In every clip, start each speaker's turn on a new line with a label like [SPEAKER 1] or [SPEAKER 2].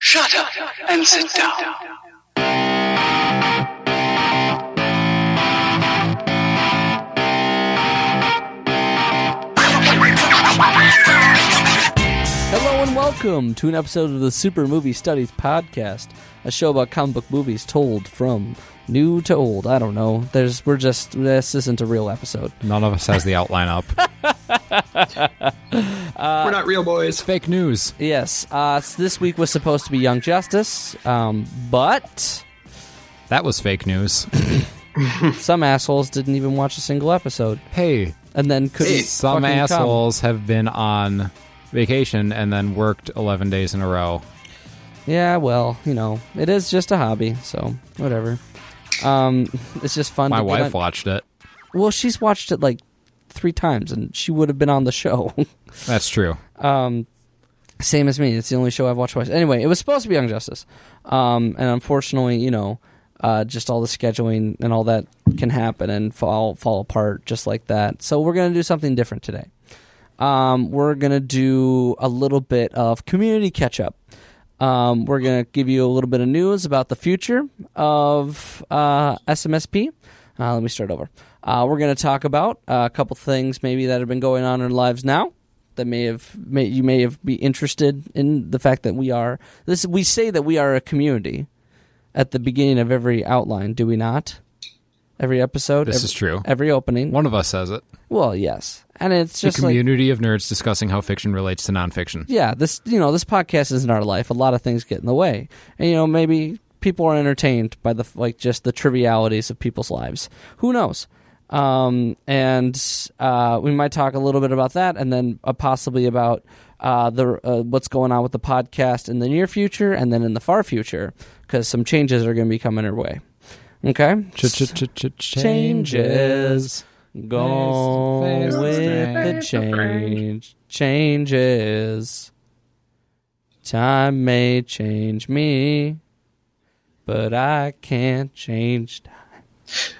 [SPEAKER 1] Shut up and sit down.
[SPEAKER 2] Hello and welcome to an episode of the Super Movie Studies Podcast, a show about comic book movies told from new to old. I don't know. There's we're just this isn't a real episode.
[SPEAKER 3] None of us has the outline up.
[SPEAKER 4] We're not real boys.
[SPEAKER 3] Fake news.
[SPEAKER 2] Yes, uh, s- this week was supposed to be Young Justice, um, but
[SPEAKER 3] That was fake news.
[SPEAKER 2] some assholes didn't even watch a single episode,
[SPEAKER 3] Hey,
[SPEAKER 2] and then couldn't.
[SPEAKER 3] some
[SPEAKER 2] fucking come.
[SPEAKER 3] assholes have been on vacation and then worked 11 days in a row.
[SPEAKER 2] Yeah, well, you know, it is just a hobby, so whatever. Um, it's just fun.
[SPEAKER 3] My
[SPEAKER 2] to get
[SPEAKER 3] wife
[SPEAKER 2] on-
[SPEAKER 3] watched it.
[SPEAKER 2] Well, she's watched it like three times, and she would have been on the show.
[SPEAKER 3] That's true.
[SPEAKER 2] Um, Same as me. It's the only show I've watched twice. Anyway, it was supposed to be Young Justice, um, and unfortunately, you know, uh, just all the scheduling and all that can happen and fall fall apart just like that. So we're gonna do something different today. Um, we're gonna do a little bit of community catch up. Um, we're gonna give you a little bit of news about the future of uh, SMSP. Uh, let me start over. Uh, we're gonna talk about uh, a couple things maybe that have been going on in our lives now that may have may, you may have be interested in the fact that we are this we say that we are a community at the beginning of every outline do we not every episode
[SPEAKER 3] This
[SPEAKER 2] ev-
[SPEAKER 3] is true.
[SPEAKER 2] every opening
[SPEAKER 3] One of us says it.
[SPEAKER 2] well yes and it's just
[SPEAKER 3] the
[SPEAKER 2] like
[SPEAKER 3] community of nerds discussing how fiction relates to nonfiction.
[SPEAKER 2] yeah this you know this podcast isn't our life a lot of things get in the way and you know maybe people are entertained by the like just the trivialities of people's lives who knows um, and uh, we might talk a little bit about that and then uh, possibly about uh, the uh, what's going on with the podcast in the near future and then in the far future because some changes are going to be coming our way okay changes. Go
[SPEAKER 3] Face to
[SPEAKER 2] with the
[SPEAKER 3] face
[SPEAKER 2] change. Changes. Time may change me, but I can't change time.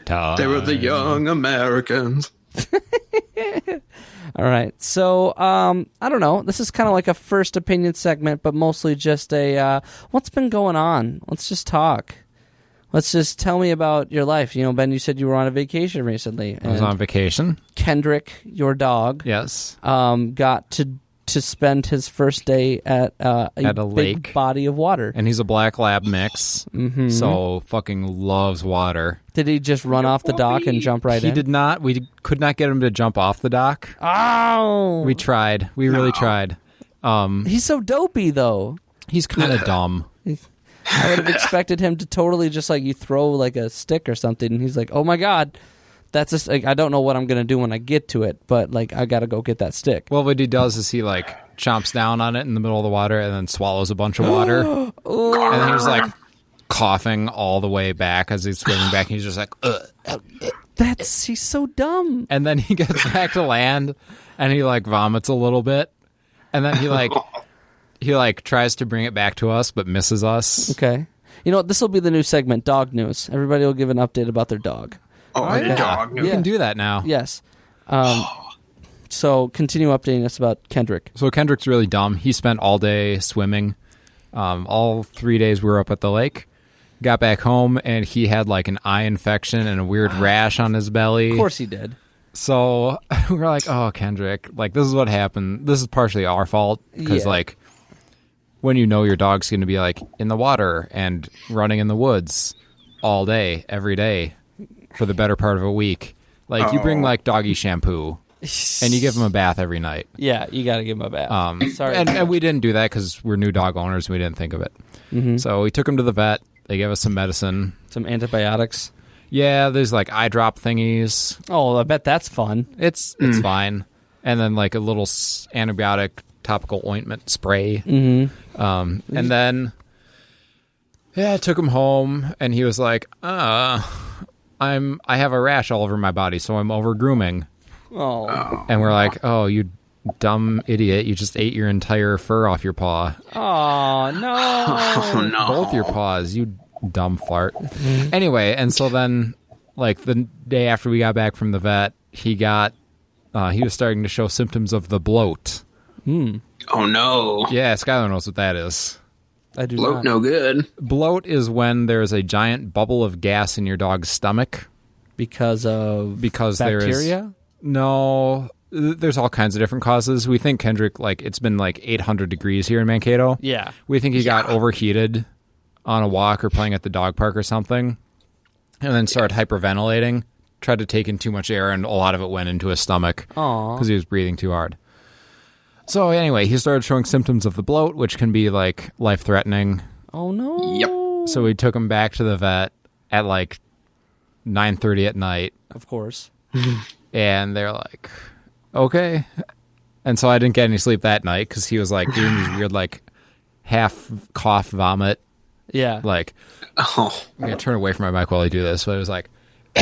[SPEAKER 3] Time.
[SPEAKER 4] They were the young Americans.
[SPEAKER 2] All right. So, um, I don't know. This is kind of like a first opinion segment, but mostly just a uh, what's been going on? Let's just talk. Let's just tell me about your life. You know, Ben, you said you were on a vacation recently.
[SPEAKER 3] I was
[SPEAKER 2] and
[SPEAKER 3] on vacation.
[SPEAKER 2] Kendrick, your dog.
[SPEAKER 3] Yes.
[SPEAKER 2] um, got to to spend his first day at uh, a,
[SPEAKER 3] At a
[SPEAKER 2] big
[SPEAKER 3] lake.
[SPEAKER 2] body of water.
[SPEAKER 3] And he's a black lab mix. Mm-hmm. So fucking loves water.
[SPEAKER 2] Did he just run off the dock and jump right
[SPEAKER 3] he
[SPEAKER 2] in?
[SPEAKER 3] did not. We could not get him to jump off the dock.
[SPEAKER 2] Oh,
[SPEAKER 3] We tried. We really tried. Um,
[SPEAKER 2] he's so dopey though.
[SPEAKER 3] he's kind of dumb.
[SPEAKER 2] I would have expected him to totally just like you throw like a stick or something, and he's like, "Oh my god, that's just like I don't know what I'm gonna do when I get to it, but like I gotta go get that stick."
[SPEAKER 3] Well, what he does is he like chomps down on it in the middle of the water and then swallows a bunch of water. and then he's like coughing all the way back as he's swimming back. He's just like, Ugh.
[SPEAKER 2] That's he's so dumb.
[SPEAKER 3] and then he gets back to land and he like vomits a little bit, and then he like he like tries to bring it back to us but misses us.
[SPEAKER 2] Okay, you know what? This will be the new segment, dog news. Everybody will give an update about their dog.
[SPEAKER 4] Oh, and
[SPEAKER 3] yeah.
[SPEAKER 4] dog.
[SPEAKER 3] You can do that now.
[SPEAKER 2] Yes. Um, so continue updating us about Kendrick.
[SPEAKER 3] So Kendrick's really dumb. He spent all day swimming. Um, all three days we were up at the lake. Got back home and he had like an eye infection and a weird rash on his belly.
[SPEAKER 2] Ah. Of course he did.
[SPEAKER 3] So we were like, "Oh, Kendrick, like this is what happened. This is partially our fault because
[SPEAKER 2] Yeah.
[SPEAKER 3] like when you know your dog's going to be like in the water and running in the woods all day, every day for the better part of a week, like you
[SPEAKER 2] Oh.
[SPEAKER 3] bring like doggy shampoo and you give him a bath every night."
[SPEAKER 2] Yeah, you got to give him a bath.
[SPEAKER 3] Um,
[SPEAKER 2] Sorry.
[SPEAKER 3] And, and we didn't do that because we're new dog owners. We didn't think of it. So we took him to the vet. They gave us some medicine.
[SPEAKER 2] Some antibiotics.
[SPEAKER 3] Yeah, there's like eye drop thingies.
[SPEAKER 2] Oh, I bet that's fun.
[SPEAKER 3] It's it's fine. And then like a little s- antibiotic topical ointment spray. Um, and then yeah, I took him home, and he was like, "Uh, I'm I have a rash all over my body, so I'm over grooming."
[SPEAKER 2] Oh,
[SPEAKER 3] And we're like, "Oh, you dumb idiot! You just ate your entire fur off your paw."
[SPEAKER 2] oh no.
[SPEAKER 4] Oh, no.
[SPEAKER 3] both your paws, you dumb fart. anyway, and so then, like the day after we got back from the vet, he got uh, he was starting to show symptoms of the bloat.
[SPEAKER 4] Oh, no.
[SPEAKER 3] Yeah, Skylar knows what that is.
[SPEAKER 2] I do
[SPEAKER 4] Bloat
[SPEAKER 2] not.
[SPEAKER 4] no good.
[SPEAKER 3] Bloat is when there's a giant bubble of gas in your dog's stomach
[SPEAKER 2] because of
[SPEAKER 3] because there is
[SPEAKER 2] bacteria.
[SPEAKER 3] no. th- There's all kinds of different causes. We think Kendrick like it's been like 800 degrees here in Mankato.
[SPEAKER 2] Yeah.
[SPEAKER 3] We think he got overheated on a walk or playing at the dog park or something, and then started hyperventilating. Tried to take in too much air, and a lot of it went into his stomach
[SPEAKER 2] Aw.
[SPEAKER 3] because he was breathing too hard. So anyway, he started showing symptoms of the bloat, which can be like life threatening.
[SPEAKER 2] Oh no.
[SPEAKER 4] Yep.
[SPEAKER 3] So we took him back to the vet at like 9:30 at night
[SPEAKER 2] Of course.
[SPEAKER 3] and they're like, okay. And so I didn't get any sleep that night because he was like doing these weird, like, half cough vomit.
[SPEAKER 2] Yeah.
[SPEAKER 3] Like,
[SPEAKER 4] Oh,
[SPEAKER 3] I'm going to turn away from my mic while I do this. But it was like,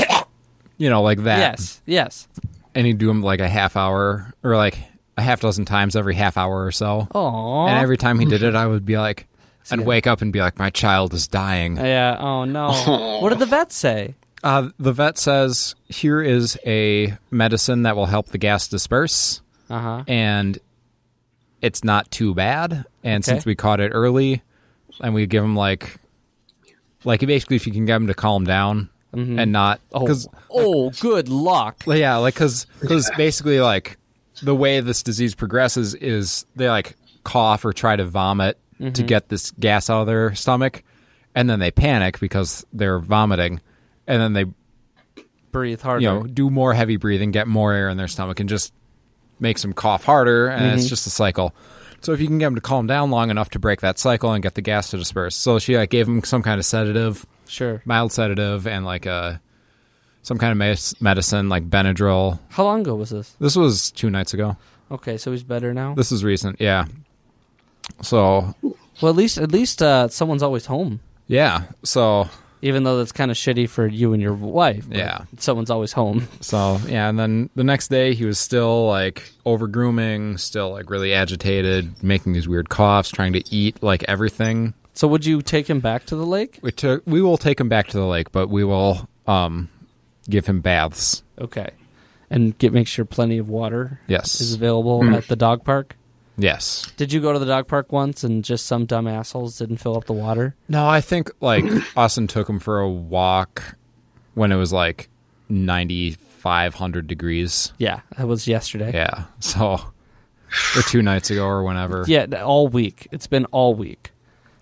[SPEAKER 3] you know, like that.
[SPEAKER 2] yes. Yes.
[SPEAKER 3] And he'd do them like a half hour or like a half dozen times every half hour or so.
[SPEAKER 2] Oh.
[SPEAKER 3] And every time he did it, I would be like, I'd wake up and be like, my child is dying.
[SPEAKER 2] yeah. Oh no. What did the vet say?
[SPEAKER 3] Uh, the vet says, here is a medicine that will help the gas disperse.
[SPEAKER 2] Uh huh.
[SPEAKER 3] and it's not too bad. And
[SPEAKER 2] Okay.
[SPEAKER 3] since we caught it early, and we give him like, like basically, if you can get him to calm down and not,
[SPEAKER 2] Oh.
[SPEAKER 3] because
[SPEAKER 2] Oh, good luck.
[SPEAKER 3] yeah, like because because basically like the way this disease progresses is they like cough or try to vomit to get this gas out of their stomach, and then they panic because they're vomiting, and then they
[SPEAKER 2] Breathe harder.
[SPEAKER 3] you know do more heavy breathing get more air in their stomach and just makes them cough harder and it's just a cycle so if you can get them to calm down long enough to break that cycle and get the gas to disperse so she like gave them some kind of sedative
[SPEAKER 2] sure.
[SPEAKER 3] mild sedative and like a some kind of mes- medicine like benadryl
[SPEAKER 2] How long ago was this?
[SPEAKER 3] this was two nights ago
[SPEAKER 2] Okay, so he's better now.
[SPEAKER 3] this is recent yeah so
[SPEAKER 2] Well, at least at least uh, someone's always home.
[SPEAKER 3] yeah so
[SPEAKER 2] Even though that's kind of shitty for you and your wife. but
[SPEAKER 3] Yeah.
[SPEAKER 2] Someone's always home.
[SPEAKER 3] So yeah, and then the next day he was still like over grooming, still like really agitated, making these weird coughs, trying to eat like everything.
[SPEAKER 2] So would you take him back to the lake?
[SPEAKER 3] We took we will take him back to the lake, but we will um give him baths.
[SPEAKER 2] Okay. And get make sure plenty of water
[SPEAKER 3] Yes.
[SPEAKER 2] is available at the dog park.
[SPEAKER 3] Yes.
[SPEAKER 2] Did you go to the dog park once and just some dumb assholes didn't fill up the water?
[SPEAKER 3] No, I think like Austin took him for a walk when it was like ninety five hundred degrees.
[SPEAKER 2] Yeah, that was yesterday.
[SPEAKER 3] Yeah. So or two nights ago or whenever.
[SPEAKER 2] Yeah, th- all week. It's been all week.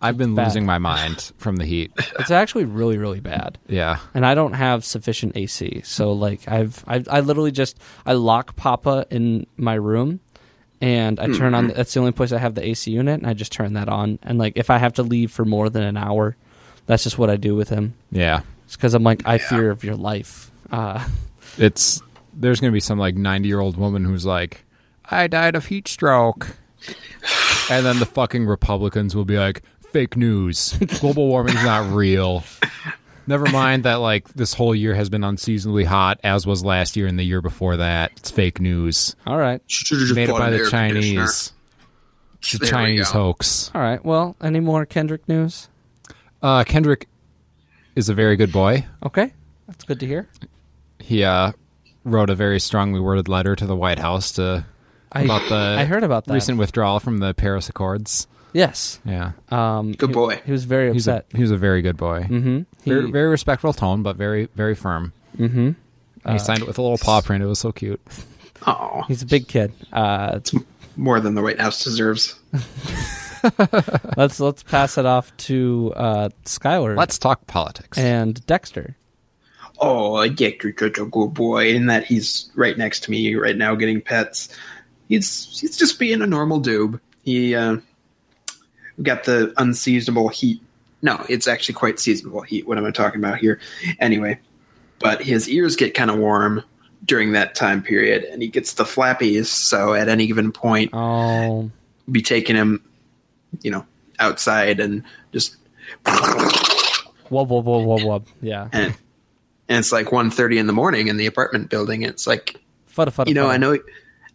[SPEAKER 3] I've been
[SPEAKER 2] Bad.
[SPEAKER 3] losing my mind from the heat.
[SPEAKER 2] It's actually really, really bad.
[SPEAKER 3] Yeah.
[SPEAKER 2] and I don't have sufficient AC. So like I've I, I literally just I lock Papa in my room, and I turn
[SPEAKER 4] Mm-hmm.
[SPEAKER 2] on. That's the only place I have the AC unit, and I just turn that on. And like if I have to leave for more than an hour, that's just what I do with him.
[SPEAKER 3] Yeah.
[SPEAKER 2] It's because I'm like I fear of your life. Uh,
[SPEAKER 3] it's there's gonna be some like 90 year old woman who's like i died of heat stroke and then the fucking republicans will be like fake news global warming's not real never mind that like this whole year has been unseasonably hot as was last year and the year before that it's fake news
[SPEAKER 2] all right,
[SPEAKER 4] should've just
[SPEAKER 3] made up
[SPEAKER 4] bought
[SPEAKER 3] by
[SPEAKER 4] an
[SPEAKER 3] the
[SPEAKER 4] air
[SPEAKER 3] chinese the
[SPEAKER 4] conditioner. There we
[SPEAKER 3] chinese
[SPEAKER 4] go.
[SPEAKER 3] hoax
[SPEAKER 2] all right. Well, any more Kendrick news?
[SPEAKER 3] uh, kendrick is a very good boy
[SPEAKER 2] Okay, that's good to hear.
[SPEAKER 3] he uh, wrote a very strongly worded letter to the white house to
[SPEAKER 2] I,
[SPEAKER 3] about the
[SPEAKER 2] I heard about that.
[SPEAKER 3] recent withdrawal from the Paris Accords.
[SPEAKER 2] yes.
[SPEAKER 3] Yeah,
[SPEAKER 2] Um,
[SPEAKER 4] Good
[SPEAKER 2] he-
[SPEAKER 4] boy.
[SPEAKER 2] He was very
[SPEAKER 3] he's a
[SPEAKER 2] upset.
[SPEAKER 3] he's a very good boy. Mm-hmm. very,
[SPEAKER 2] He-
[SPEAKER 3] very respectful tone, but very very firm. Mm-hmm. And
[SPEAKER 2] Uh,
[SPEAKER 3] he signed it with a little paw print. It was so cute.
[SPEAKER 4] Oh,
[SPEAKER 2] He's a big kid. Uh,
[SPEAKER 4] more than the White House deserves.
[SPEAKER 2] let's let's pass it off to uh, Skylar
[SPEAKER 3] Let's talk politics.
[SPEAKER 2] and Dexter.
[SPEAKER 4] Oh, a good boy, in that he's right next to me right now getting pets. He's he's just being a normal dude. He uh, got the unseasonable heat. No, it's actually quite seasonable heat. What am I talking about here? Anyway, but his ears get kind of warm during that time period, and he gets the flappies. So at any given point,
[SPEAKER 2] Oh,
[SPEAKER 4] be taking him, you know, outside and just
[SPEAKER 2] wub wub wub wub wub. Yeah,
[SPEAKER 4] and, and it's like 1.30 in the morning in the apartment building. And it's like
[SPEAKER 2] fudda fudda.
[SPEAKER 4] you know,
[SPEAKER 2] fudda.
[SPEAKER 4] I know,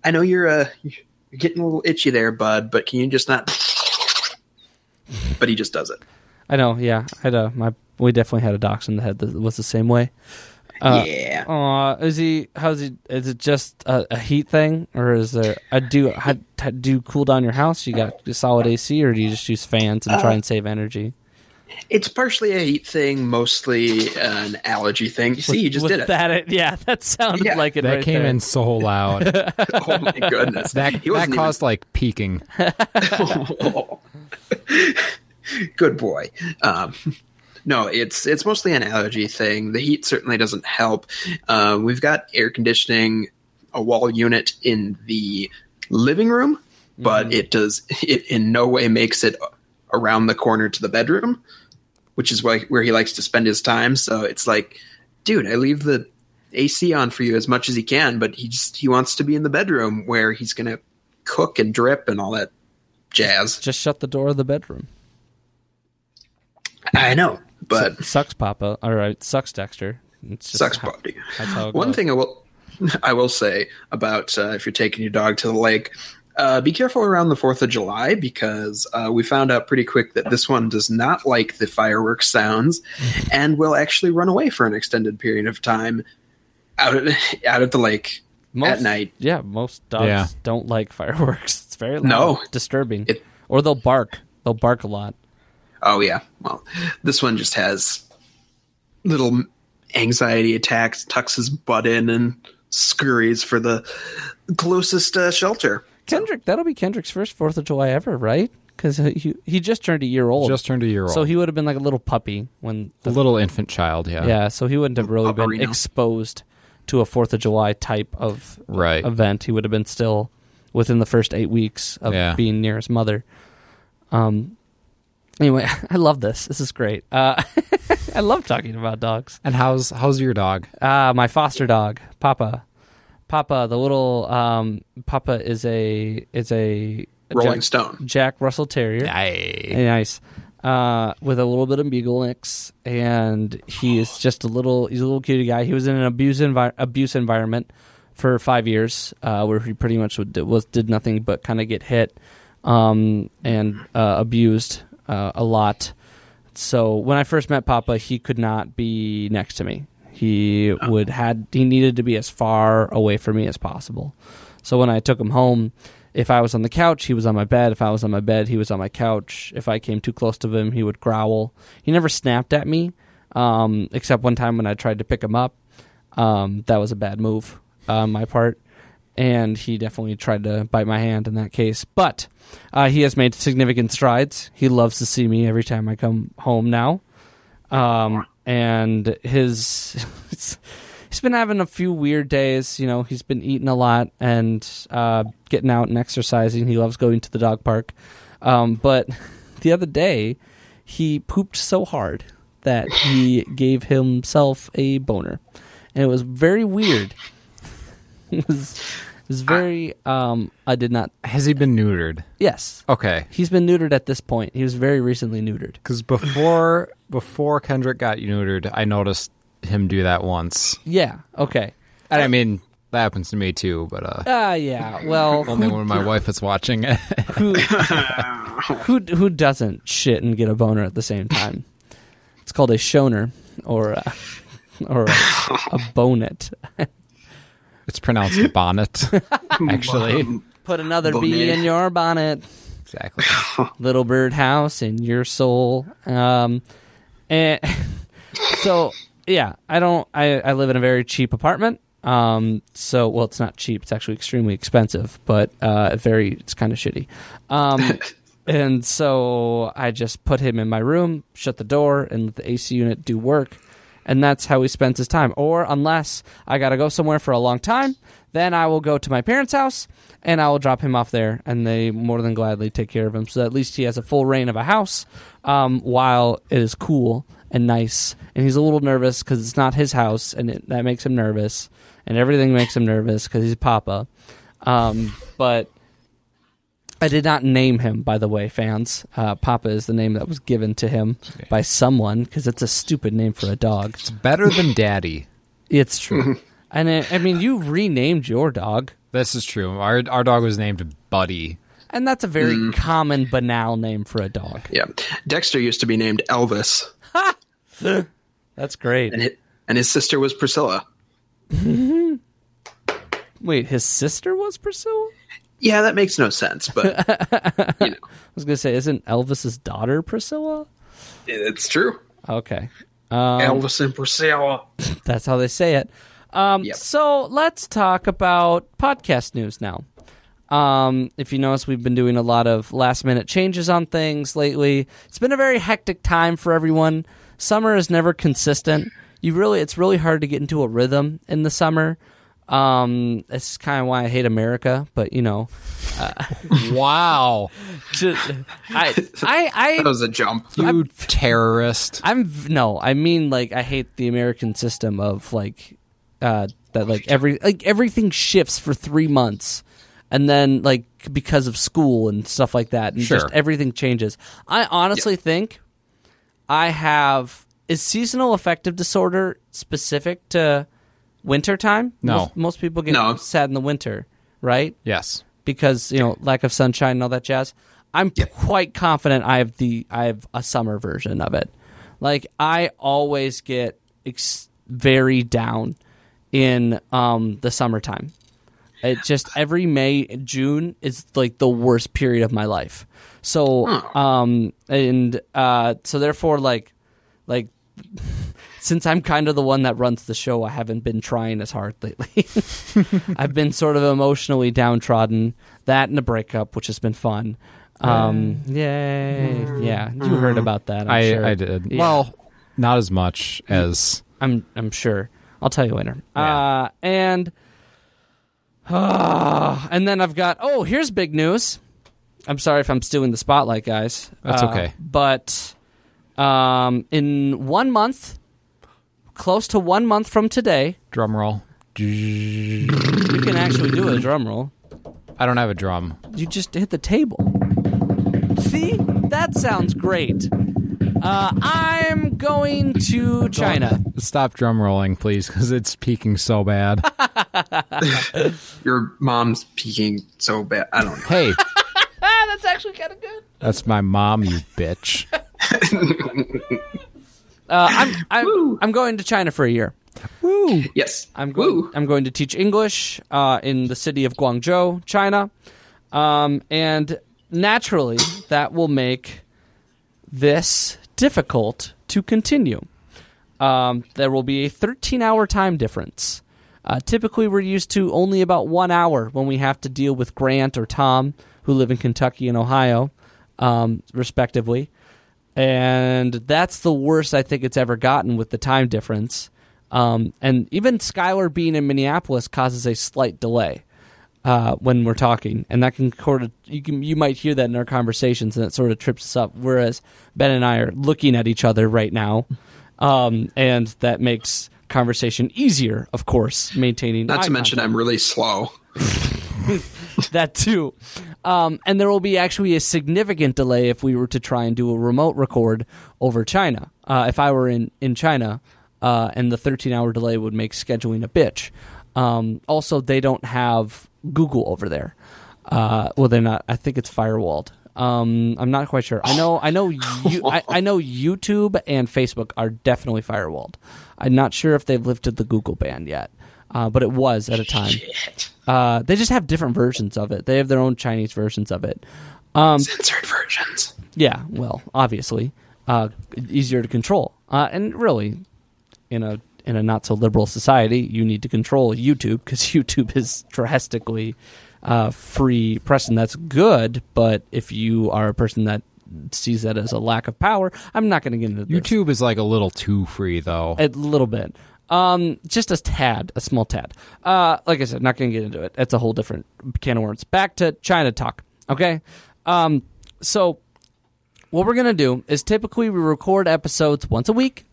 [SPEAKER 4] I know you're uh, you're getting a little itchy there, bud. But can you just not? But he just does it.
[SPEAKER 2] I know. Yeah, I had a my. We definitely had a dachshund that had the, was the same way. Uh,
[SPEAKER 4] yeah.
[SPEAKER 2] Aw, is he? How's he? Is it just a, a heat thing, or is there? I do. How, how- do you cool down your house? You got solid AC, or do you just use fans and
[SPEAKER 4] Uh,
[SPEAKER 2] try and save energy?
[SPEAKER 4] It's partially a heat thing, mostly an allergy thing. You see, you just
[SPEAKER 2] With
[SPEAKER 4] did it.
[SPEAKER 2] that, yeah, that sounded
[SPEAKER 4] Yeah.
[SPEAKER 2] like it.
[SPEAKER 3] That
[SPEAKER 2] right
[SPEAKER 3] came
[SPEAKER 2] there.
[SPEAKER 3] in so loud. that
[SPEAKER 4] Oh my goodness.
[SPEAKER 3] that
[SPEAKER 4] He wasn't even-
[SPEAKER 3] caused like peaking.
[SPEAKER 4] Good boy. Um, no, it's it's mostly an allergy thing. The heat certainly doesn't help. Uh, we've got air conditioning, a wall unit in the living room, but it does it in no way makes it around the corner to the bedroom, which is why, where he likes to spend his time. So it's like, dude, I leave the AC on for you as much as he can, but he just he wants to be in the bedroom where he's gonna cook and drip and all that jazz.
[SPEAKER 2] Just shut the door of the bedroom.
[SPEAKER 4] I know, but
[SPEAKER 2] Su- sucks, Papa. All right, sucks, Dexter. It's just
[SPEAKER 4] sucks,
[SPEAKER 2] how-
[SPEAKER 4] buddy.
[SPEAKER 2] that's how it
[SPEAKER 4] One
[SPEAKER 2] goes.
[SPEAKER 4] thing I will, I will say about uh, if you're taking your dog to the lake, uh, be careful around the Fourth of July because uh, we found out pretty quick that this one does not like the fireworks sounds, and will actually run away for an extended period of time out of out at the lake
[SPEAKER 2] most,
[SPEAKER 4] at night.
[SPEAKER 2] Yeah, most dogs
[SPEAKER 3] Yeah.
[SPEAKER 2] don't like fireworks. It's very loud,
[SPEAKER 4] No.
[SPEAKER 2] disturbing,
[SPEAKER 4] It-
[SPEAKER 2] or they'll bark. They'll bark a lot.
[SPEAKER 4] Oh yeah, well, this one just has little anxiety attacks, tucks his butt in, and scurries for the closest uh, shelter.
[SPEAKER 2] Kendrick, that'll be Kendrick's first Fourth of July ever, right? Because he he just turned a year old.
[SPEAKER 3] Just turned a year old.
[SPEAKER 2] Oh. so he would have been like a little puppy when
[SPEAKER 3] a
[SPEAKER 2] the,
[SPEAKER 3] little infant child. Yeah.
[SPEAKER 2] yeah. So he wouldn't have really been
[SPEAKER 4] Pupperino.
[SPEAKER 2] exposed to a Fourth of July type of
[SPEAKER 3] Right.
[SPEAKER 2] event. He would have been still within the first eight weeks of
[SPEAKER 3] Yeah.
[SPEAKER 2] being near his mother. Um. Anyway, I love this. This is great. Uh, I love talking about dogs.
[SPEAKER 3] And how's how's your dog?
[SPEAKER 2] Ah, my foster dog, Papa. Papa, the little um, Papa is a is a
[SPEAKER 4] Rolling
[SPEAKER 2] Jack,
[SPEAKER 4] Stone.
[SPEAKER 2] Jack Russell Terrier.
[SPEAKER 3] I
[SPEAKER 2] Hey, nice. Uh, with a little bit of bugle mix, and he is just a little. He's a little cutie guy. He was in an abuse envi- abuse environment for five years, uh, where he pretty much would, was did nothing but kind of get hit um, and uh, abused uh, a lot. So when I first met Papa, he could not be next to me. He would had he needed to be as far away from me as possible. So when I took him home, if I was on the couch, he was on my bed. If I was on my bed, he was on my couch. If I came too close to him, he would growl. He never snapped at me, um, except one time when I tried to pick him up. Um, that was a bad move on my part. And he definitely tried to bite my hand in that case. But uh, he has made significant strides. He loves to see me every time I come home now. Um, and his. he's been having a few weird days. You know, he's been eating a lot and uh, getting out and exercising. He loves going to the dog park. Um, but the other day, he pooped so hard that he gave himself a boner, and it was very weird. it was, it was very. Um, I did not.
[SPEAKER 3] has he been neutered?
[SPEAKER 2] Yes,
[SPEAKER 3] Okay.
[SPEAKER 2] he's been neutered at this point. He was very recently neutered.
[SPEAKER 3] Because before before Kendrick got neutered, I noticed him do that once.
[SPEAKER 2] Yeah. Okay.
[SPEAKER 3] And I mean, that happens to me too. But uh,
[SPEAKER 2] Ah, yeah. Well,
[SPEAKER 3] only
[SPEAKER 2] who-
[SPEAKER 3] when my wife is watching.
[SPEAKER 2] who who who doesn't shit and get a boner at the same time? It's called a shoner or a, or a, a bonet.
[SPEAKER 3] it's pronounced bonnet. Actually,
[SPEAKER 2] Put another bee
[SPEAKER 4] Bonet.
[SPEAKER 2] in your bonnet,
[SPEAKER 3] exactly.
[SPEAKER 2] little bird house in your soul. Um, and so yeah, I don't. I I live in a very cheap apartment. Um, so well, it's not cheap. It's actually extremely expensive, but uh, very. It's kind of shitty. Um. And so I just put him in my room, shut the door, and let the AC unit do work. And that's how he spends his time. Or unless I got to go somewhere for a long time, then I will go to my parents' house and I will drop him off there. And they more than gladly take care of him. So at least he has a full reign of a house um, while it is cool and nice. And he's a little nervous because it's not his house and it, that makes him nervous. And everything makes him nervous because he's Papa. Um, but. I did not name him, by the way, fans. Uh, Papa is the name that was given to him by someone because it's a stupid name for a dog.
[SPEAKER 3] It's better than daddy.
[SPEAKER 2] It's true. and I, I mean, you renamed your dog,
[SPEAKER 3] This is true. Our our dog was named Buddy.
[SPEAKER 2] and that's a very common, banal name for a dog.
[SPEAKER 4] Yeah, Dexter used to be named Elvis,
[SPEAKER 2] That's great.
[SPEAKER 4] and it, and his sister was Priscilla.
[SPEAKER 2] Wait, his sister was Priscilla?
[SPEAKER 4] Yeah, that makes no sense, but you know,
[SPEAKER 2] I was going to say, isn't Elvis's daughter Priscilla?
[SPEAKER 4] it's true.
[SPEAKER 2] Okay. Um,
[SPEAKER 4] Elvis and Priscilla.
[SPEAKER 2] That's how they say it. Um,
[SPEAKER 4] Yep.
[SPEAKER 2] So let's talk about podcast news now. Um, if you notice, we've been doing a lot of last minute changes on things lately. It's been a very hectic time for everyone. Summer is never consistent. You really, it's really hard to get into a rhythm in the summer. Um, it's kind of why I hate America, but you know,
[SPEAKER 3] Wow.
[SPEAKER 2] ju- I, I, I,
[SPEAKER 4] That was a jump.
[SPEAKER 3] You terrorist.
[SPEAKER 2] I'm v- no, I mean like I hate the American system of like uh that like every like everything shifts for 3 months and then like because of school and stuff like that and
[SPEAKER 3] Sure.
[SPEAKER 2] just everything changes. I honestly think I have is seasonal affective disorder specific to winter time?
[SPEAKER 3] No.
[SPEAKER 2] Most, most people get
[SPEAKER 4] No.
[SPEAKER 2] sad in the winter, right?
[SPEAKER 3] yes.
[SPEAKER 2] because you know lack of sunshine and all that jazz. I'm quite confident I have the I have a summer version of it. Like I always get ex- very down in um, the summertime. It just every May June is like the worst period of my life. So um and uh so therefore like like since I'm kind of the one that runs the show, I haven't been trying as hard lately. I've been sort of emotionally downtrodden. That and a breakup, which has been fun. Um, yay! Yeah, you heard about that. I'm
[SPEAKER 3] I,
[SPEAKER 2] sure.
[SPEAKER 3] I did.
[SPEAKER 2] Yeah.
[SPEAKER 3] Well, not as much as.
[SPEAKER 2] I'm I'm sure. I'll tell you later.
[SPEAKER 3] Yeah.
[SPEAKER 2] Uh, and Ah, and then I've got oh here's big news. I'm sorry if I'm stealing the spotlight, guys.
[SPEAKER 3] That's
[SPEAKER 2] Uh,
[SPEAKER 3] okay.
[SPEAKER 2] But um, in one month, close to one month from today,
[SPEAKER 3] Drum roll.
[SPEAKER 2] you can actually do a drum roll.
[SPEAKER 3] I don't have a drum.
[SPEAKER 2] You just hit the table. See, that sounds great. Uh, I'm going to China.
[SPEAKER 3] Stop drum rolling, please, because it's peaking so bad.
[SPEAKER 4] Your mom's peeking so bad. I don't know.
[SPEAKER 3] hey,
[SPEAKER 2] That's actually kind of good.
[SPEAKER 3] that's my mom, you bitch.
[SPEAKER 2] Uh, I'm I'm, I'm going to China for a year.
[SPEAKER 4] Yes,
[SPEAKER 2] I'm going.
[SPEAKER 4] Woo.
[SPEAKER 2] I'm going to teach English uh, in the city of Guangzhou, China, um, and naturally that will make this difficult to continue. Um, there will be a 13-hour time difference. Uh, typically, we're used to only about one hour when we have to deal with Grant or Tom, who live in Kentucky and Ohio, um, respectively and that's the worst I think it's ever gotten with the time difference. Um, and even Skylar being in Minneapolis causes a slight delay uh, when we're talking, and that can sort of you can you might hear that in our conversations, and it sort of trips us up. Whereas Ben and I are looking at each other right now, um, and that makes conversation easier, of course, maintaining.
[SPEAKER 4] Not
[SPEAKER 2] eye
[SPEAKER 4] to mention,
[SPEAKER 2] contact
[SPEAKER 4] I'm really slow.
[SPEAKER 2] that too. Um, and there will be actually a significant delay if we were to try and do a remote record over China. Uh, if I were in in China, uh, and the 13 hour delay would make scheduling a bitch. Um, also, they don't have Google over there. Uh, well, they're not. I think it's firewalled. Um, I'm not quite sure. I know. I know. You, I, I know YouTube and Facebook are definitely firewalled. I'm not sure if they've lifted the Google ban yet, uh, but it was at a time. Uh, they just have different versions of it. They have their own Chinese versions of it. Um,
[SPEAKER 4] Censored versions.
[SPEAKER 2] Yeah, well, obviously, uh, easier to control. Uh, and really, in a in a not so liberal society, you need to control YouTube because YouTube is drastically uh, free press, and that's good. But if you are a person that sees that as a lack of power, I'm not going to get into this.
[SPEAKER 3] YouTube is like a little too free, though.
[SPEAKER 2] A little bit. Um, just a tad, a small tad. Uh, like I said, not going to get into it. That's a whole different can of worms. Back to China talk. Okay. Um, so what we're going to do is typically we record episodes once a week.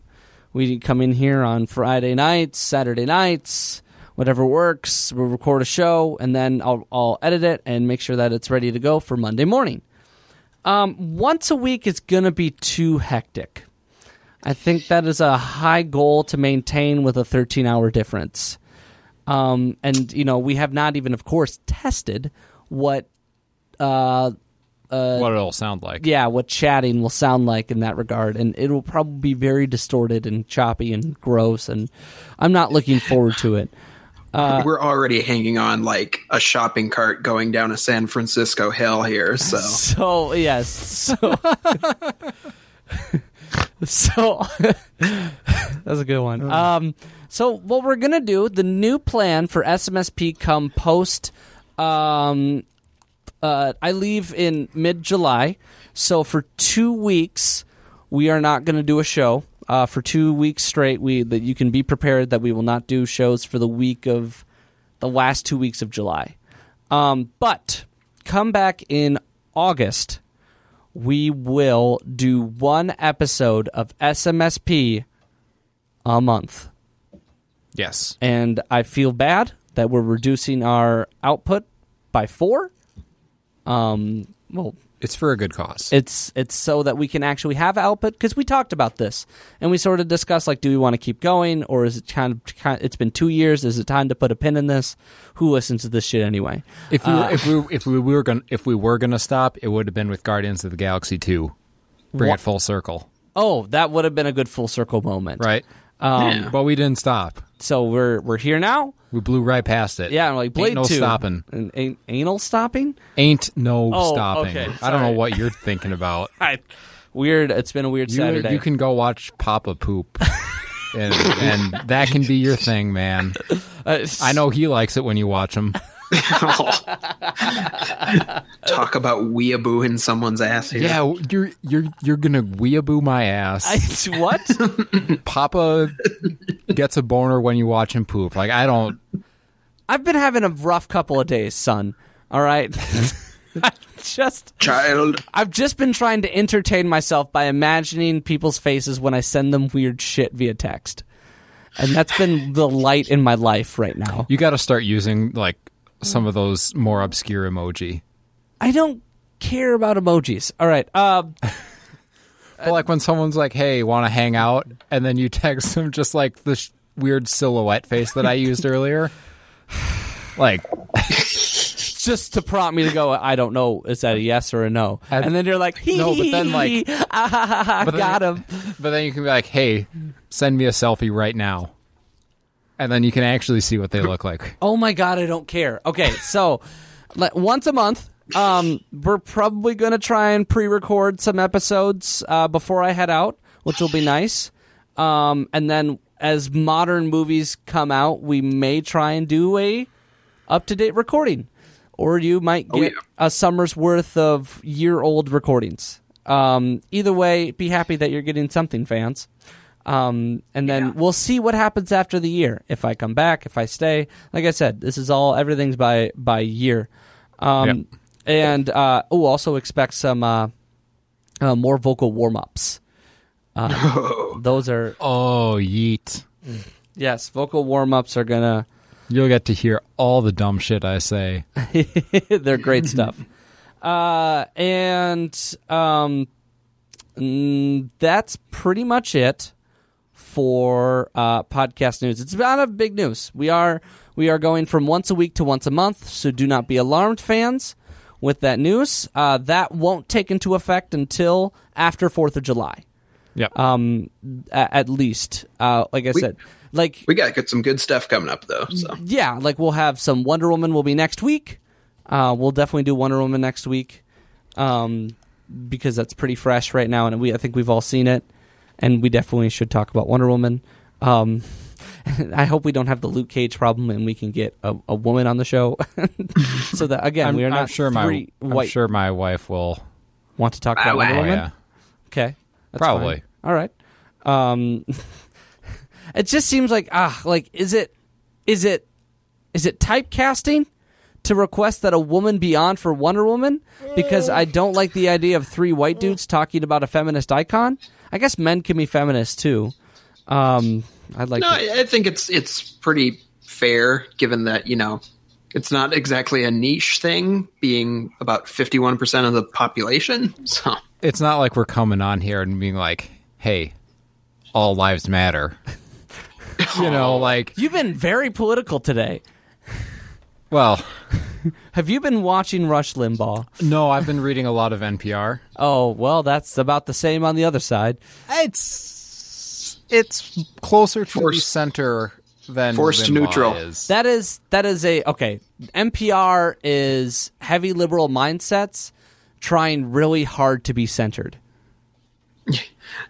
[SPEAKER 2] We come in here on Friday nights, Saturday nights, whatever works. We'll record a show and then I'll, I'll edit it and make sure that it's ready to go for Monday morning. Um, once a week is going to be too hectic. I think that is a high goal to maintain with a 13 hour difference. Um, and, you know, we have not even, of course, tested what uh, uh,
[SPEAKER 3] what it'll sound like.
[SPEAKER 2] yeah, what chatting will sound like in that regard, and it will probably be very distorted and choppy and gross. And I'm not looking forward to it. uh,
[SPEAKER 4] We're already hanging on like a shopping cart going down a San Francisco hill here. So
[SPEAKER 2] So yes, so so that's a good one. Um, so what we're gonna do? The new plan for SMSP come post. Um, uh, I leave in mid July, so for two weeks we are not gonna do a show. Uh, for two weeks straight, we that you can be prepared that we will not do shows for the week of the last two weeks of July. Um, but come back in August. We will do one episode of SMSP a month.
[SPEAKER 3] Yes.
[SPEAKER 2] And I feel bad that we're reducing our output by four. Um, well,
[SPEAKER 3] It's for a good cause.
[SPEAKER 2] it's it's so that we can actually have output because we talked about this and we sort of discussed like, do we want to keep going or is it kind of kind- it's been two years? Is it time to put a pin in this? Who listens to this shit anyway?
[SPEAKER 3] if we
[SPEAKER 2] uh,
[SPEAKER 3] if we if we were going if we were going to stop, it would have been with Guardians of the Galaxy 2. Bring it full circle,
[SPEAKER 2] Oh, that would have been a good full circle moment.
[SPEAKER 3] right? Um, but we didn't stop.
[SPEAKER 2] So we're we're here now.
[SPEAKER 3] We blew right past it.
[SPEAKER 2] Yeah, I'm like Blade
[SPEAKER 3] ain't no
[SPEAKER 2] Two.
[SPEAKER 3] stopping.
[SPEAKER 2] An, an, anal stopping?
[SPEAKER 3] Ain't no
[SPEAKER 2] Oh,
[SPEAKER 3] stopping.
[SPEAKER 2] okay,
[SPEAKER 3] I don't know
[SPEAKER 2] sorry.
[SPEAKER 3] what you're thinking about.
[SPEAKER 2] I, weird. It's been a weird
[SPEAKER 3] You,
[SPEAKER 2] Saturday.
[SPEAKER 3] you can go watch Papa Poop. And, and that can be your thing, man.
[SPEAKER 2] Uh,
[SPEAKER 3] I know he likes it when you watch him.
[SPEAKER 4] talk about weeaboo in someone's ass here.
[SPEAKER 3] Yeah, you're you're you're gonna weeaboo my ass.
[SPEAKER 2] I, what?
[SPEAKER 3] Papa gets a boner when you watch him poop. Like I don't.
[SPEAKER 2] I've been having a rough couple of days, son. All right. I just
[SPEAKER 4] Child,
[SPEAKER 2] I've just been trying to entertain myself by imagining people's faces when I send them weird shit via text. And that's been the light in my life right now.
[SPEAKER 3] You got to start using like some of those more obscure emoji.
[SPEAKER 2] I don't care about emojis. All right. Uh,
[SPEAKER 3] But like when someone's like, "Hey, want to hang out?" and then you text them just like the sh- weird silhouette face that I used earlier. Like
[SPEAKER 2] just to prompt me to go, I don't know, is that a yes or a no?
[SPEAKER 3] I-
[SPEAKER 2] and then you're like, hee
[SPEAKER 3] No, but then, like-
[SPEAKER 2] hee, hee, ah, ha, ha, ha,
[SPEAKER 3] But then-
[SPEAKER 2] got him.
[SPEAKER 3] But then you can be like, hey, send me a selfie right now. And then you can actually see what they look like.
[SPEAKER 2] Oh my god, I don't care. Okay, so let, once a month, um, we're probably gonna try and pre-record some episodes uh, before I head out, which will be nice. Um, and then as modern movies come out, we may try and do a up-to-date recording, or you might get
[SPEAKER 4] yeah.
[SPEAKER 2] a summer's worth of year-old recordings. Um, either way, be happy that you're getting something, fans. Um, and then we'll see what happens after the year. If I come back, if I stay, like I said, this is all everything's by by year. Um, And uh, oh, also expect some uh, uh, more vocal warm ups. Uh, those are
[SPEAKER 3] Oh, yeet.
[SPEAKER 2] yes, vocal warm ups are gonna
[SPEAKER 3] You'll get to hear all the dumb shit I say.
[SPEAKER 2] they're great stuff. Uh, and um, mm, that's pretty much it for uh, podcast news. It's not a big news. We are we are going from once a week to once a month, so do not be alarmed, fans. With that news, uh, that won't take into effect until after Fourth of July,
[SPEAKER 3] Yep.
[SPEAKER 2] um, a- at least. Uh, like I said, like
[SPEAKER 4] we got got some good stuff coming up though. So
[SPEAKER 2] yeah, like we'll have some Wonder Woman will be next week. Uh, we'll definitely do Wonder Woman next week um, because that's pretty fresh right now, and we I think we've all seen it, and we definitely should talk about Wonder Woman. Um, I hope we don't have the Luke Cage problem, and we can get a, a woman on the show, so that again
[SPEAKER 3] I'm,
[SPEAKER 2] we are
[SPEAKER 3] I'm
[SPEAKER 2] not
[SPEAKER 3] sure my,
[SPEAKER 2] three
[SPEAKER 3] I'm
[SPEAKER 2] white
[SPEAKER 3] sure my wife will.
[SPEAKER 2] want to talk about
[SPEAKER 4] Oh,
[SPEAKER 2] Wonder
[SPEAKER 4] wow.
[SPEAKER 3] Oh,
[SPEAKER 2] Woman.
[SPEAKER 3] yeah.
[SPEAKER 2] Okay. That's
[SPEAKER 3] Probably.
[SPEAKER 2] fine. All right. Um it just seems like ah like is it is it is it typecasting to request that a woman be on for Wonder Woman because I don't like the idea of three white dudes talking about a feminist icon? I guess men can be feminists too. Um I'd like
[SPEAKER 4] no,
[SPEAKER 2] to,
[SPEAKER 4] I I think it's it's pretty fair given that you know it's not exactly a niche thing, being about fifty one percent of the population. So
[SPEAKER 3] It's not like we're coming on here and being like, hey, all lives matter. you know, like,
[SPEAKER 2] You've been very political today.
[SPEAKER 3] well,
[SPEAKER 2] Have you been watching Rush Limbaugh?
[SPEAKER 3] No, I've been reading a lot of NPR.
[SPEAKER 2] Oh, well, that's about the same on the other side.
[SPEAKER 3] It's it's closer to the
[SPEAKER 4] Forced-
[SPEAKER 3] center than
[SPEAKER 4] forced
[SPEAKER 3] Limbaugh
[SPEAKER 4] neutral.
[SPEAKER 3] is.
[SPEAKER 2] That is that is a okay. NPR is heavy liberal mindsets trying really hard to be centered.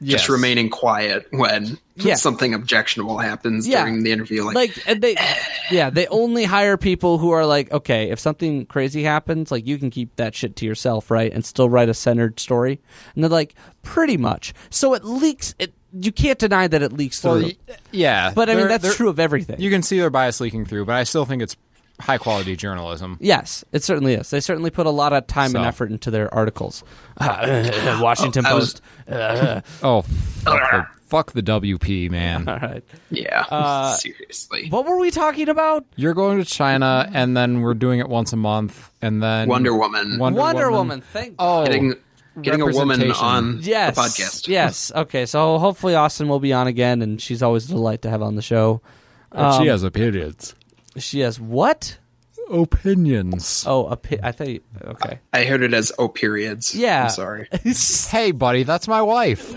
[SPEAKER 3] Yes.
[SPEAKER 4] Just remaining quiet when
[SPEAKER 2] Yeah.
[SPEAKER 4] something objectionable happens
[SPEAKER 2] Yeah.
[SPEAKER 4] during the interview. Like,
[SPEAKER 2] Like and they yeah, they only hire people who are like, okay, if something crazy happens, like you can keep that shit to yourself, right? And still write a centered story. And they're like, pretty much. So it leaks it you can't deny that it leaks through.
[SPEAKER 3] Well, y- yeah,
[SPEAKER 2] but I mean
[SPEAKER 3] they're-
[SPEAKER 2] that's
[SPEAKER 3] they're-
[SPEAKER 2] true of everything.
[SPEAKER 3] You can see their bias leaking through, but I still think it's high quality journalism.
[SPEAKER 2] Yes, it certainly is. They certainly put a lot of time
[SPEAKER 3] So.
[SPEAKER 2] and effort into their articles. Washington
[SPEAKER 4] I was-
[SPEAKER 2] Post. Uh,
[SPEAKER 3] Oh, fuck the, fuck the WP, man.
[SPEAKER 2] all right.
[SPEAKER 4] yeah,
[SPEAKER 2] uh,
[SPEAKER 4] seriously.
[SPEAKER 2] What were we talking about?
[SPEAKER 3] You're going to China, and then we're doing it once a month, and then
[SPEAKER 4] Wonder Woman.
[SPEAKER 3] Wonder,
[SPEAKER 2] Wonder, Woman.
[SPEAKER 3] Woman.
[SPEAKER 2] Thank
[SPEAKER 3] Oh,
[SPEAKER 4] getting getting a woman
[SPEAKER 3] representation.
[SPEAKER 4] on
[SPEAKER 2] yes.
[SPEAKER 4] a podcast.
[SPEAKER 2] Yes. Okay. So hopefully Austin will be on again, and she's always a delight to have on the show.
[SPEAKER 3] she has opinions.
[SPEAKER 2] She has what?
[SPEAKER 3] Opinions.
[SPEAKER 2] Oh, a pi- I thought. You, okay.
[SPEAKER 4] I heard it as O periods.
[SPEAKER 2] Yeah.
[SPEAKER 4] I'm sorry.
[SPEAKER 3] Hey, buddy, that's my wife.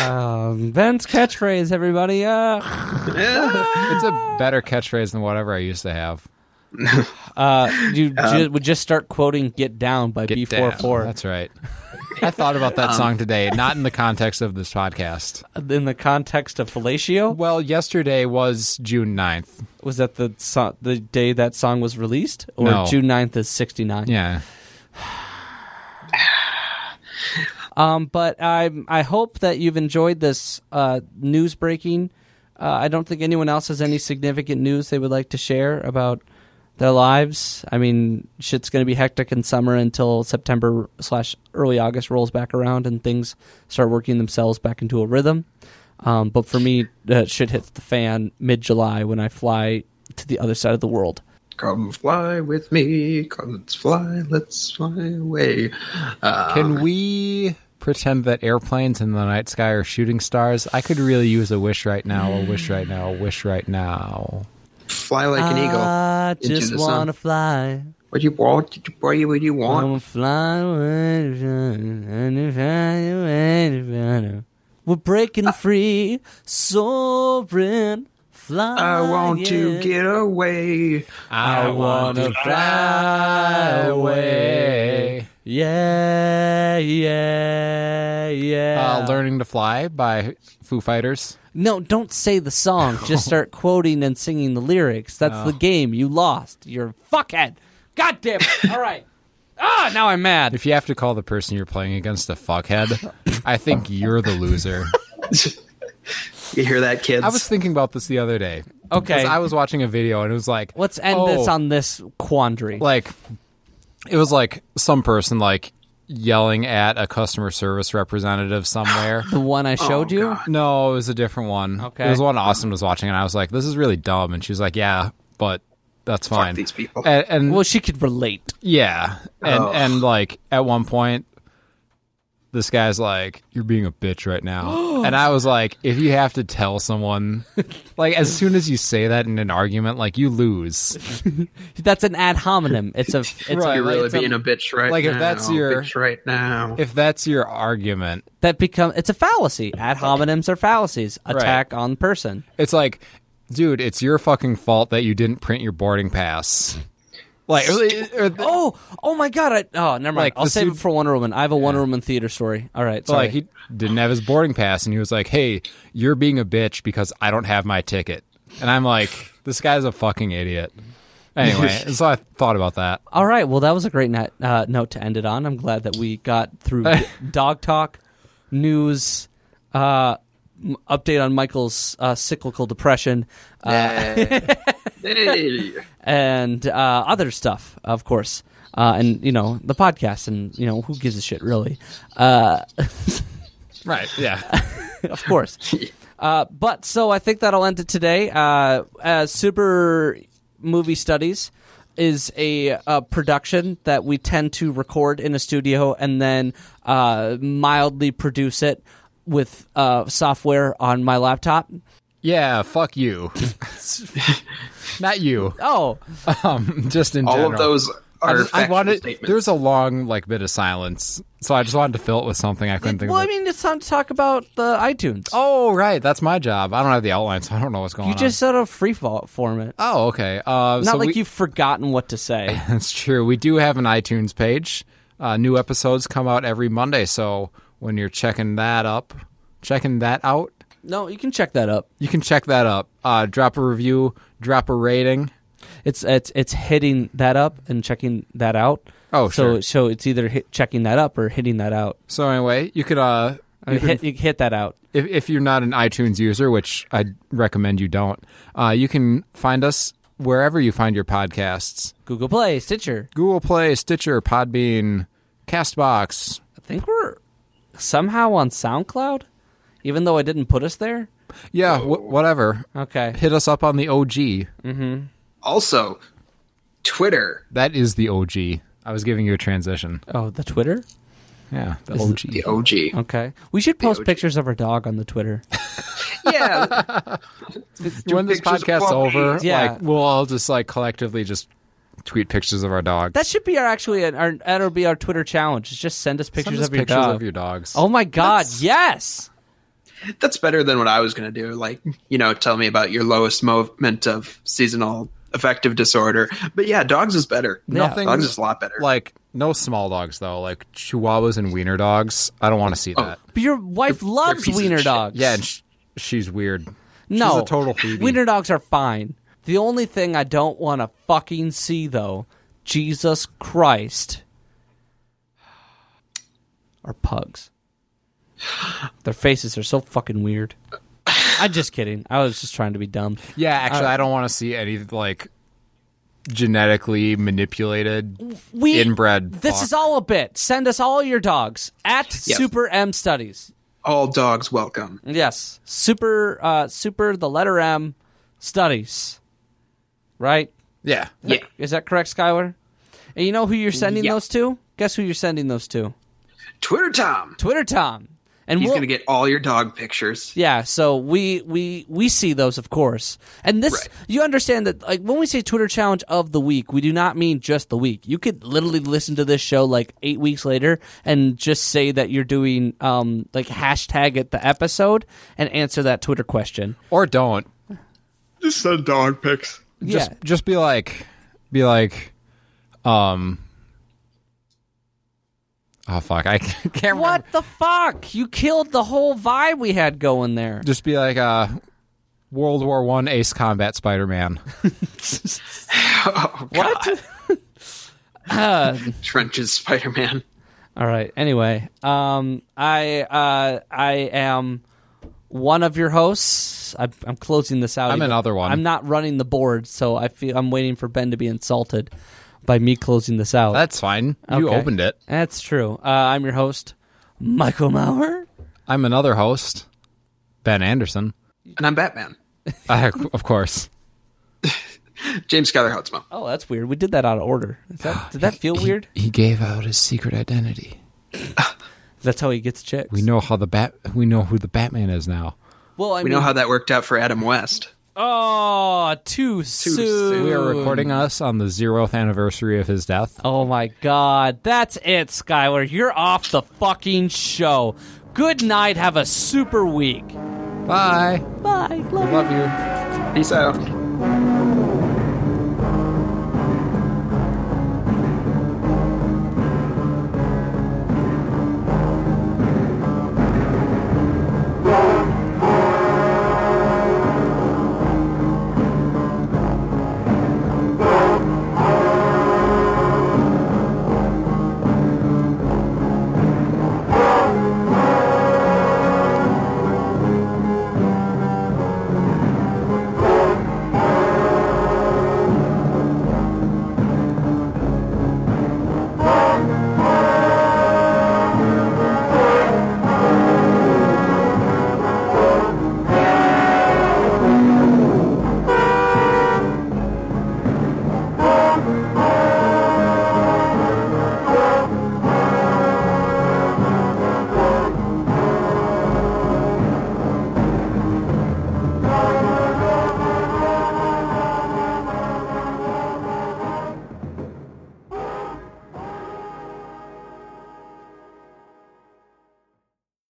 [SPEAKER 2] Um, Ben's catchphrase, everybody. Uh,
[SPEAKER 3] It's a better catchphrase than whatever I used to have.
[SPEAKER 2] uh, you ju- would just start quoting "Get Down" by B
[SPEAKER 3] Um, Get
[SPEAKER 2] four
[SPEAKER 3] down.
[SPEAKER 2] four
[SPEAKER 3] That's right. I thought about that song today, not in the context of this podcast.
[SPEAKER 2] in the context of fellatio.
[SPEAKER 3] Well, yesterday was June 9th.
[SPEAKER 2] Was that the so- the day that song was released, or
[SPEAKER 3] No.
[SPEAKER 2] June 9th is sixty nine?
[SPEAKER 3] Yeah.
[SPEAKER 2] Um, but I I hope that you've enjoyed this uh, news breaking. Uh, I don't think anyone else has any significant news they would like to share about their lives. I mean, shit's going to be hectic in summer until September slash early August rolls back around and things start working themselves back into a rhythm. Um, but for me, uh, shit hits the fan mid July when I fly to the other side of the world.
[SPEAKER 4] Come fly with me. Come, let's fly. Let's fly away. Uh,
[SPEAKER 3] Can we pretend that airplanes in the night sky are shooting stars? I could really use a wish right now, a wish right now, a wish right now.
[SPEAKER 4] fly like an eagle.
[SPEAKER 2] I
[SPEAKER 4] into
[SPEAKER 2] just
[SPEAKER 4] the sun.
[SPEAKER 2] want to fly.
[SPEAKER 4] What do you want? Did you boy, what do you want?
[SPEAKER 2] I'm flying away, flying away, flying away. We're breaking free, soaring, flying.
[SPEAKER 4] I want to get away.
[SPEAKER 3] I wanna fly away.
[SPEAKER 2] Yeah, yeah, yeah.
[SPEAKER 3] Uh, Learning to Fly by Foo Fighters.
[SPEAKER 2] no, don't say the song. Just start quoting and singing the lyrics. That's the game. You lost. You're a fuckhead. God damn it. All right. Ah, now I'm mad.
[SPEAKER 3] If you have to call the person you're playing against a fuckhead, I think you're the loser.
[SPEAKER 4] You hear that, kids?
[SPEAKER 3] I was thinking about this the other day.
[SPEAKER 2] Okay.
[SPEAKER 3] 'Cause I was watching a video and it was like,
[SPEAKER 2] Let's end this
[SPEAKER 3] oh,
[SPEAKER 2] on this quandary.
[SPEAKER 3] like it was like some person like yelling at a customer service representative somewhere.
[SPEAKER 2] the one I
[SPEAKER 3] Oh,
[SPEAKER 2] showed you?
[SPEAKER 4] God.
[SPEAKER 3] no, it was a different one.
[SPEAKER 2] Okay.
[SPEAKER 3] It was one Austin was watching and I was like, This is really dumb and she was like, Yeah, but that's fine.
[SPEAKER 4] these people. Oh.
[SPEAKER 3] And, and
[SPEAKER 2] Well, she could relate.
[SPEAKER 3] yeah. And
[SPEAKER 4] Ugh.
[SPEAKER 3] and like at one point this guy's like, You're being a bitch right now. and I was like, if you have to tell someone like as soon as you say that in an argument, like you lose.
[SPEAKER 2] That's an ad hominem. It's a. It's um,
[SPEAKER 3] Right.
[SPEAKER 2] a
[SPEAKER 4] You're really
[SPEAKER 3] it's a-
[SPEAKER 4] being a, bitch right
[SPEAKER 3] like,
[SPEAKER 4] now.
[SPEAKER 3] if that's your-
[SPEAKER 4] bitch right now.
[SPEAKER 3] If that's your argument,
[SPEAKER 2] that become. It's a fallacy. Ad hominems are fallacies. Attack on person.
[SPEAKER 3] It's like, dude, it's your fucking fault that you didn't print your boarding pass. Like, or, or-
[SPEAKER 2] Oh, oh my god! I, oh, never mind.
[SPEAKER 3] Like,
[SPEAKER 2] I'll
[SPEAKER 3] the
[SPEAKER 2] save
[SPEAKER 3] suit-
[SPEAKER 2] it for Wonder Woman. I have a Wonder Woman theater story. All right, sorry.
[SPEAKER 3] like he didn't have his boarding pass, and he was like, "Hey, you're being a bitch because I don't have my ticket." And I'm like, this guy's a fucking idiot. Anyway, so I thought about that.
[SPEAKER 2] All right. Well, that was a great net, uh, note to end it on. I'm glad that we got through dog talk, news, uh, m- update on Michael's uh, cyclical depression, uh,
[SPEAKER 4] Hey.
[SPEAKER 2] and uh, other stuff, of course, uh, and you know the podcast, and you know who gives a shit really. Uh,
[SPEAKER 3] Right? Yeah.
[SPEAKER 2] of course. Uh, but so I think that'll end it today. Uh, uh, Super Movie Studies is a, uh production that we tend to record in a studio and then uh, mildly produce it with uh, software on my laptop.
[SPEAKER 3] Yeah, fuck you. Not you.
[SPEAKER 2] Oh,
[SPEAKER 3] Um, just in
[SPEAKER 4] All
[SPEAKER 3] general.
[SPEAKER 4] of those
[SPEAKER 3] I,
[SPEAKER 4] are
[SPEAKER 3] just- I
[SPEAKER 4] factual
[SPEAKER 3] wanted.
[SPEAKER 4] statements.
[SPEAKER 3] There's a long like bit of silence, so I just wanted to fill it with something I couldn't think
[SPEAKER 2] well, I
[SPEAKER 3] of.
[SPEAKER 2] mean, it's time to talk about the iTunes.
[SPEAKER 3] oh, right, that's my job. I don't have the outline, so I don't know what's going
[SPEAKER 2] you
[SPEAKER 3] on.
[SPEAKER 2] just sort of free fall- form it.
[SPEAKER 3] Oh, okay. Uh,
[SPEAKER 2] Not
[SPEAKER 3] so
[SPEAKER 2] like
[SPEAKER 3] we-
[SPEAKER 2] you've forgotten what to say.
[SPEAKER 3] That's true. We do have an iTunes page. Uh, new episodes come out every Monday, so when you're checking that up, checking that out,
[SPEAKER 2] no, you can check that up.
[SPEAKER 3] you can check that up. Uh, drop a review, drop a rating.
[SPEAKER 2] It's it's it's hitting that up and checking that out.
[SPEAKER 3] Oh,
[SPEAKER 2] so
[SPEAKER 3] sure.
[SPEAKER 2] so it's either hit, checking that up or hitting that out.
[SPEAKER 3] So anyway, you could uh,
[SPEAKER 2] I mean, hit, you hit that out.
[SPEAKER 3] if, if you're not an iTunes user, which I recommend you don't, uh, you can find us wherever you find your podcasts:
[SPEAKER 2] Google Play, Stitcher.
[SPEAKER 3] Google Play, Stitcher, Podbean, Castbox.
[SPEAKER 2] I think we're somehow on SoundCloud, even though I didn't put us there.
[SPEAKER 3] Yeah, wh- whatever.
[SPEAKER 2] Okay.
[SPEAKER 3] Hit us up on the OG.
[SPEAKER 4] also Twitter,
[SPEAKER 3] That is the OG. I was giving you a transition.
[SPEAKER 2] Oh, the Twitter.
[SPEAKER 3] Yeah, the
[SPEAKER 2] Is it-
[SPEAKER 3] OG.
[SPEAKER 4] the OG.
[SPEAKER 2] Okay. We should post
[SPEAKER 4] OG.
[SPEAKER 2] pictures of our dog on the Twitter.
[SPEAKER 4] yeah,
[SPEAKER 3] when
[SPEAKER 4] pictures
[SPEAKER 3] this
[SPEAKER 4] of
[SPEAKER 3] podcast's
[SPEAKER 4] puppies.
[SPEAKER 3] over,
[SPEAKER 2] Yeah.
[SPEAKER 3] like we'll all just like collectively just tweet pictures of our dogs.
[SPEAKER 2] That should be our actually our that'll be our Twitter challenge. is Just send us
[SPEAKER 3] Send
[SPEAKER 2] pictures,
[SPEAKER 3] us
[SPEAKER 2] of, your
[SPEAKER 3] pictures
[SPEAKER 2] dog.
[SPEAKER 3] of your dogs.
[SPEAKER 2] Oh my God! Yes.
[SPEAKER 4] that's better than what I was going to do. Like, you know, tell me about your lowest moment of seasonal affective disorder. But yeah, dogs is better.
[SPEAKER 3] Nothing
[SPEAKER 4] dogs is a lot better.
[SPEAKER 3] like no small dogs though, like chihuahuas and wiener dogs. I don't want to see
[SPEAKER 4] Oh.
[SPEAKER 3] that.
[SPEAKER 2] But your wife loves
[SPEAKER 4] pieces of
[SPEAKER 2] wiener
[SPEAKER 4] shit.
[SPEAKER 2] dogs.
[SPEAKER 3] Yeah, and sh- she's weird.
[SPEAKER 2] no.
[SPEAKER 3] she's a total Phoebe.
[SPEAKER 2] Wiener dogs are fine. The only thing I don't want to fucking see though, Jesus Christ, are pugs. Their faces are so fucking weird. I'm just kidding. I was just trying to be dumb.
[SPEAKER 3] yeah, actually,
[SPEAKER 2] Uh,
[SPEAKER 3] I don't want to see any like genetically manipulated.
[SPEAKER 2] We
[SPEAKER 3] Inbred
[SPEAKER 2] This
[SPEAKER 3] fuck.
[SPEAKER 2] is all a bit. Send us all your dogs at
[SPEAKER 4] Yes.
[SPEAKER 2] Super M Studies.
[SPEAKER 4] All dogs welcome.
[SPEAKER 2] Yes, super, uh, super. The letter M studies, right?
[SPEAKER 3] Yeah,
[SPEAKER 4] Yeah.
[SPEAKER 2] Is that correct, Skylar? And you know who you're sending
[SPEAKER 4] Yeah.
[SPEAKER 2] those to? Guess who you're sending those to?
[SPEAKER 4] Twitter Tom.
[SPEAKER 2] Twitter Tom. And
[SPEAKER 4] He's
[SPEAKER 2] we'll,
[SPEAKER 4] going to get all your dog pictures.
[SPEAKER 2] yeah. So we we we see those, of course. And this,
[SPEAKER 4] Right.
[SPEAKER 2] you understand that, like when we say Twitter challenge of the week, we do not mean just the week. You could literally listen to this show like eight weeks later and just say that you're doing um like hashtag at the episode and answer that Twitter question.
[SPEAKER 3] or don't.
[SPEAKER 4] Just send dog pics.
[SPEAKER 2] yeah.
[SPEAKER 3] Just just be like be like um Oh fuck, I can't remember.
[SPEAKER 2] What the fuck? You killed the whole vibe we had going there.
[SPEAKER 3] Just be like uh World War One Ace Combat Spider Man.
[SPEAKER 4] Oh, what? Um, Trenches Spider Man.
[SPEAKER 2] All right. Anyway, um, I uh, I am one of your hosts. I, I'm closing this out.
[SPEAKER 3] I'm
[SPEAKER 2] even-
[SPEAKER 3] another one.
[SPEAKER 2] I'm not running the board, so I feel I'm waiting for Ben to be insulted by me closing this out.
[SPEAKER 3] That's fine. You
[SPEAKER 2] Okay.
[SPEAKER 3] opened it.
[SPEAKER 2] That's true. Uh, I'm your host, Michael Maurer.
[SPEAKER 3] I'm another host, Ben Anderson.
[SPEAKER 4] And I'm Batman.
[SPEAKER 3] Uh, of course.
[SPEAKER 4] James Skylar Hotzmo.
[SPEAKER 2] Oh, that's weird. We did that out of order. Is that, did that feel weird?
[SPEAKER 3] He, gave out his secret identity.
[SPEAKER 2] That's how he gets chicks.
[SPEAKER 3] We know how the bat we know who the Batman is now.
[SPEAKER 2] Well, I
[SPEAKER 4] We
[SPEAKER 2] mean,
[SPEAKER 4] know how that worked out for Adam West.
[SPEAKER 2] oh, too, soon.
[SPEAKER 4] soon.
[SPEAKER 3] We are recording us on the zeroth anniversary of his death.
[SPEAKER 2] Oh my god. That's it, Skylar. You're off the fucking show. Good night. Have a super week.
[SPEAKER 3] Bye.
[SPEAKER 2] Bye. Love you.
[SPEAKER 3] Love you.
[SPEAKER 4] Peace out.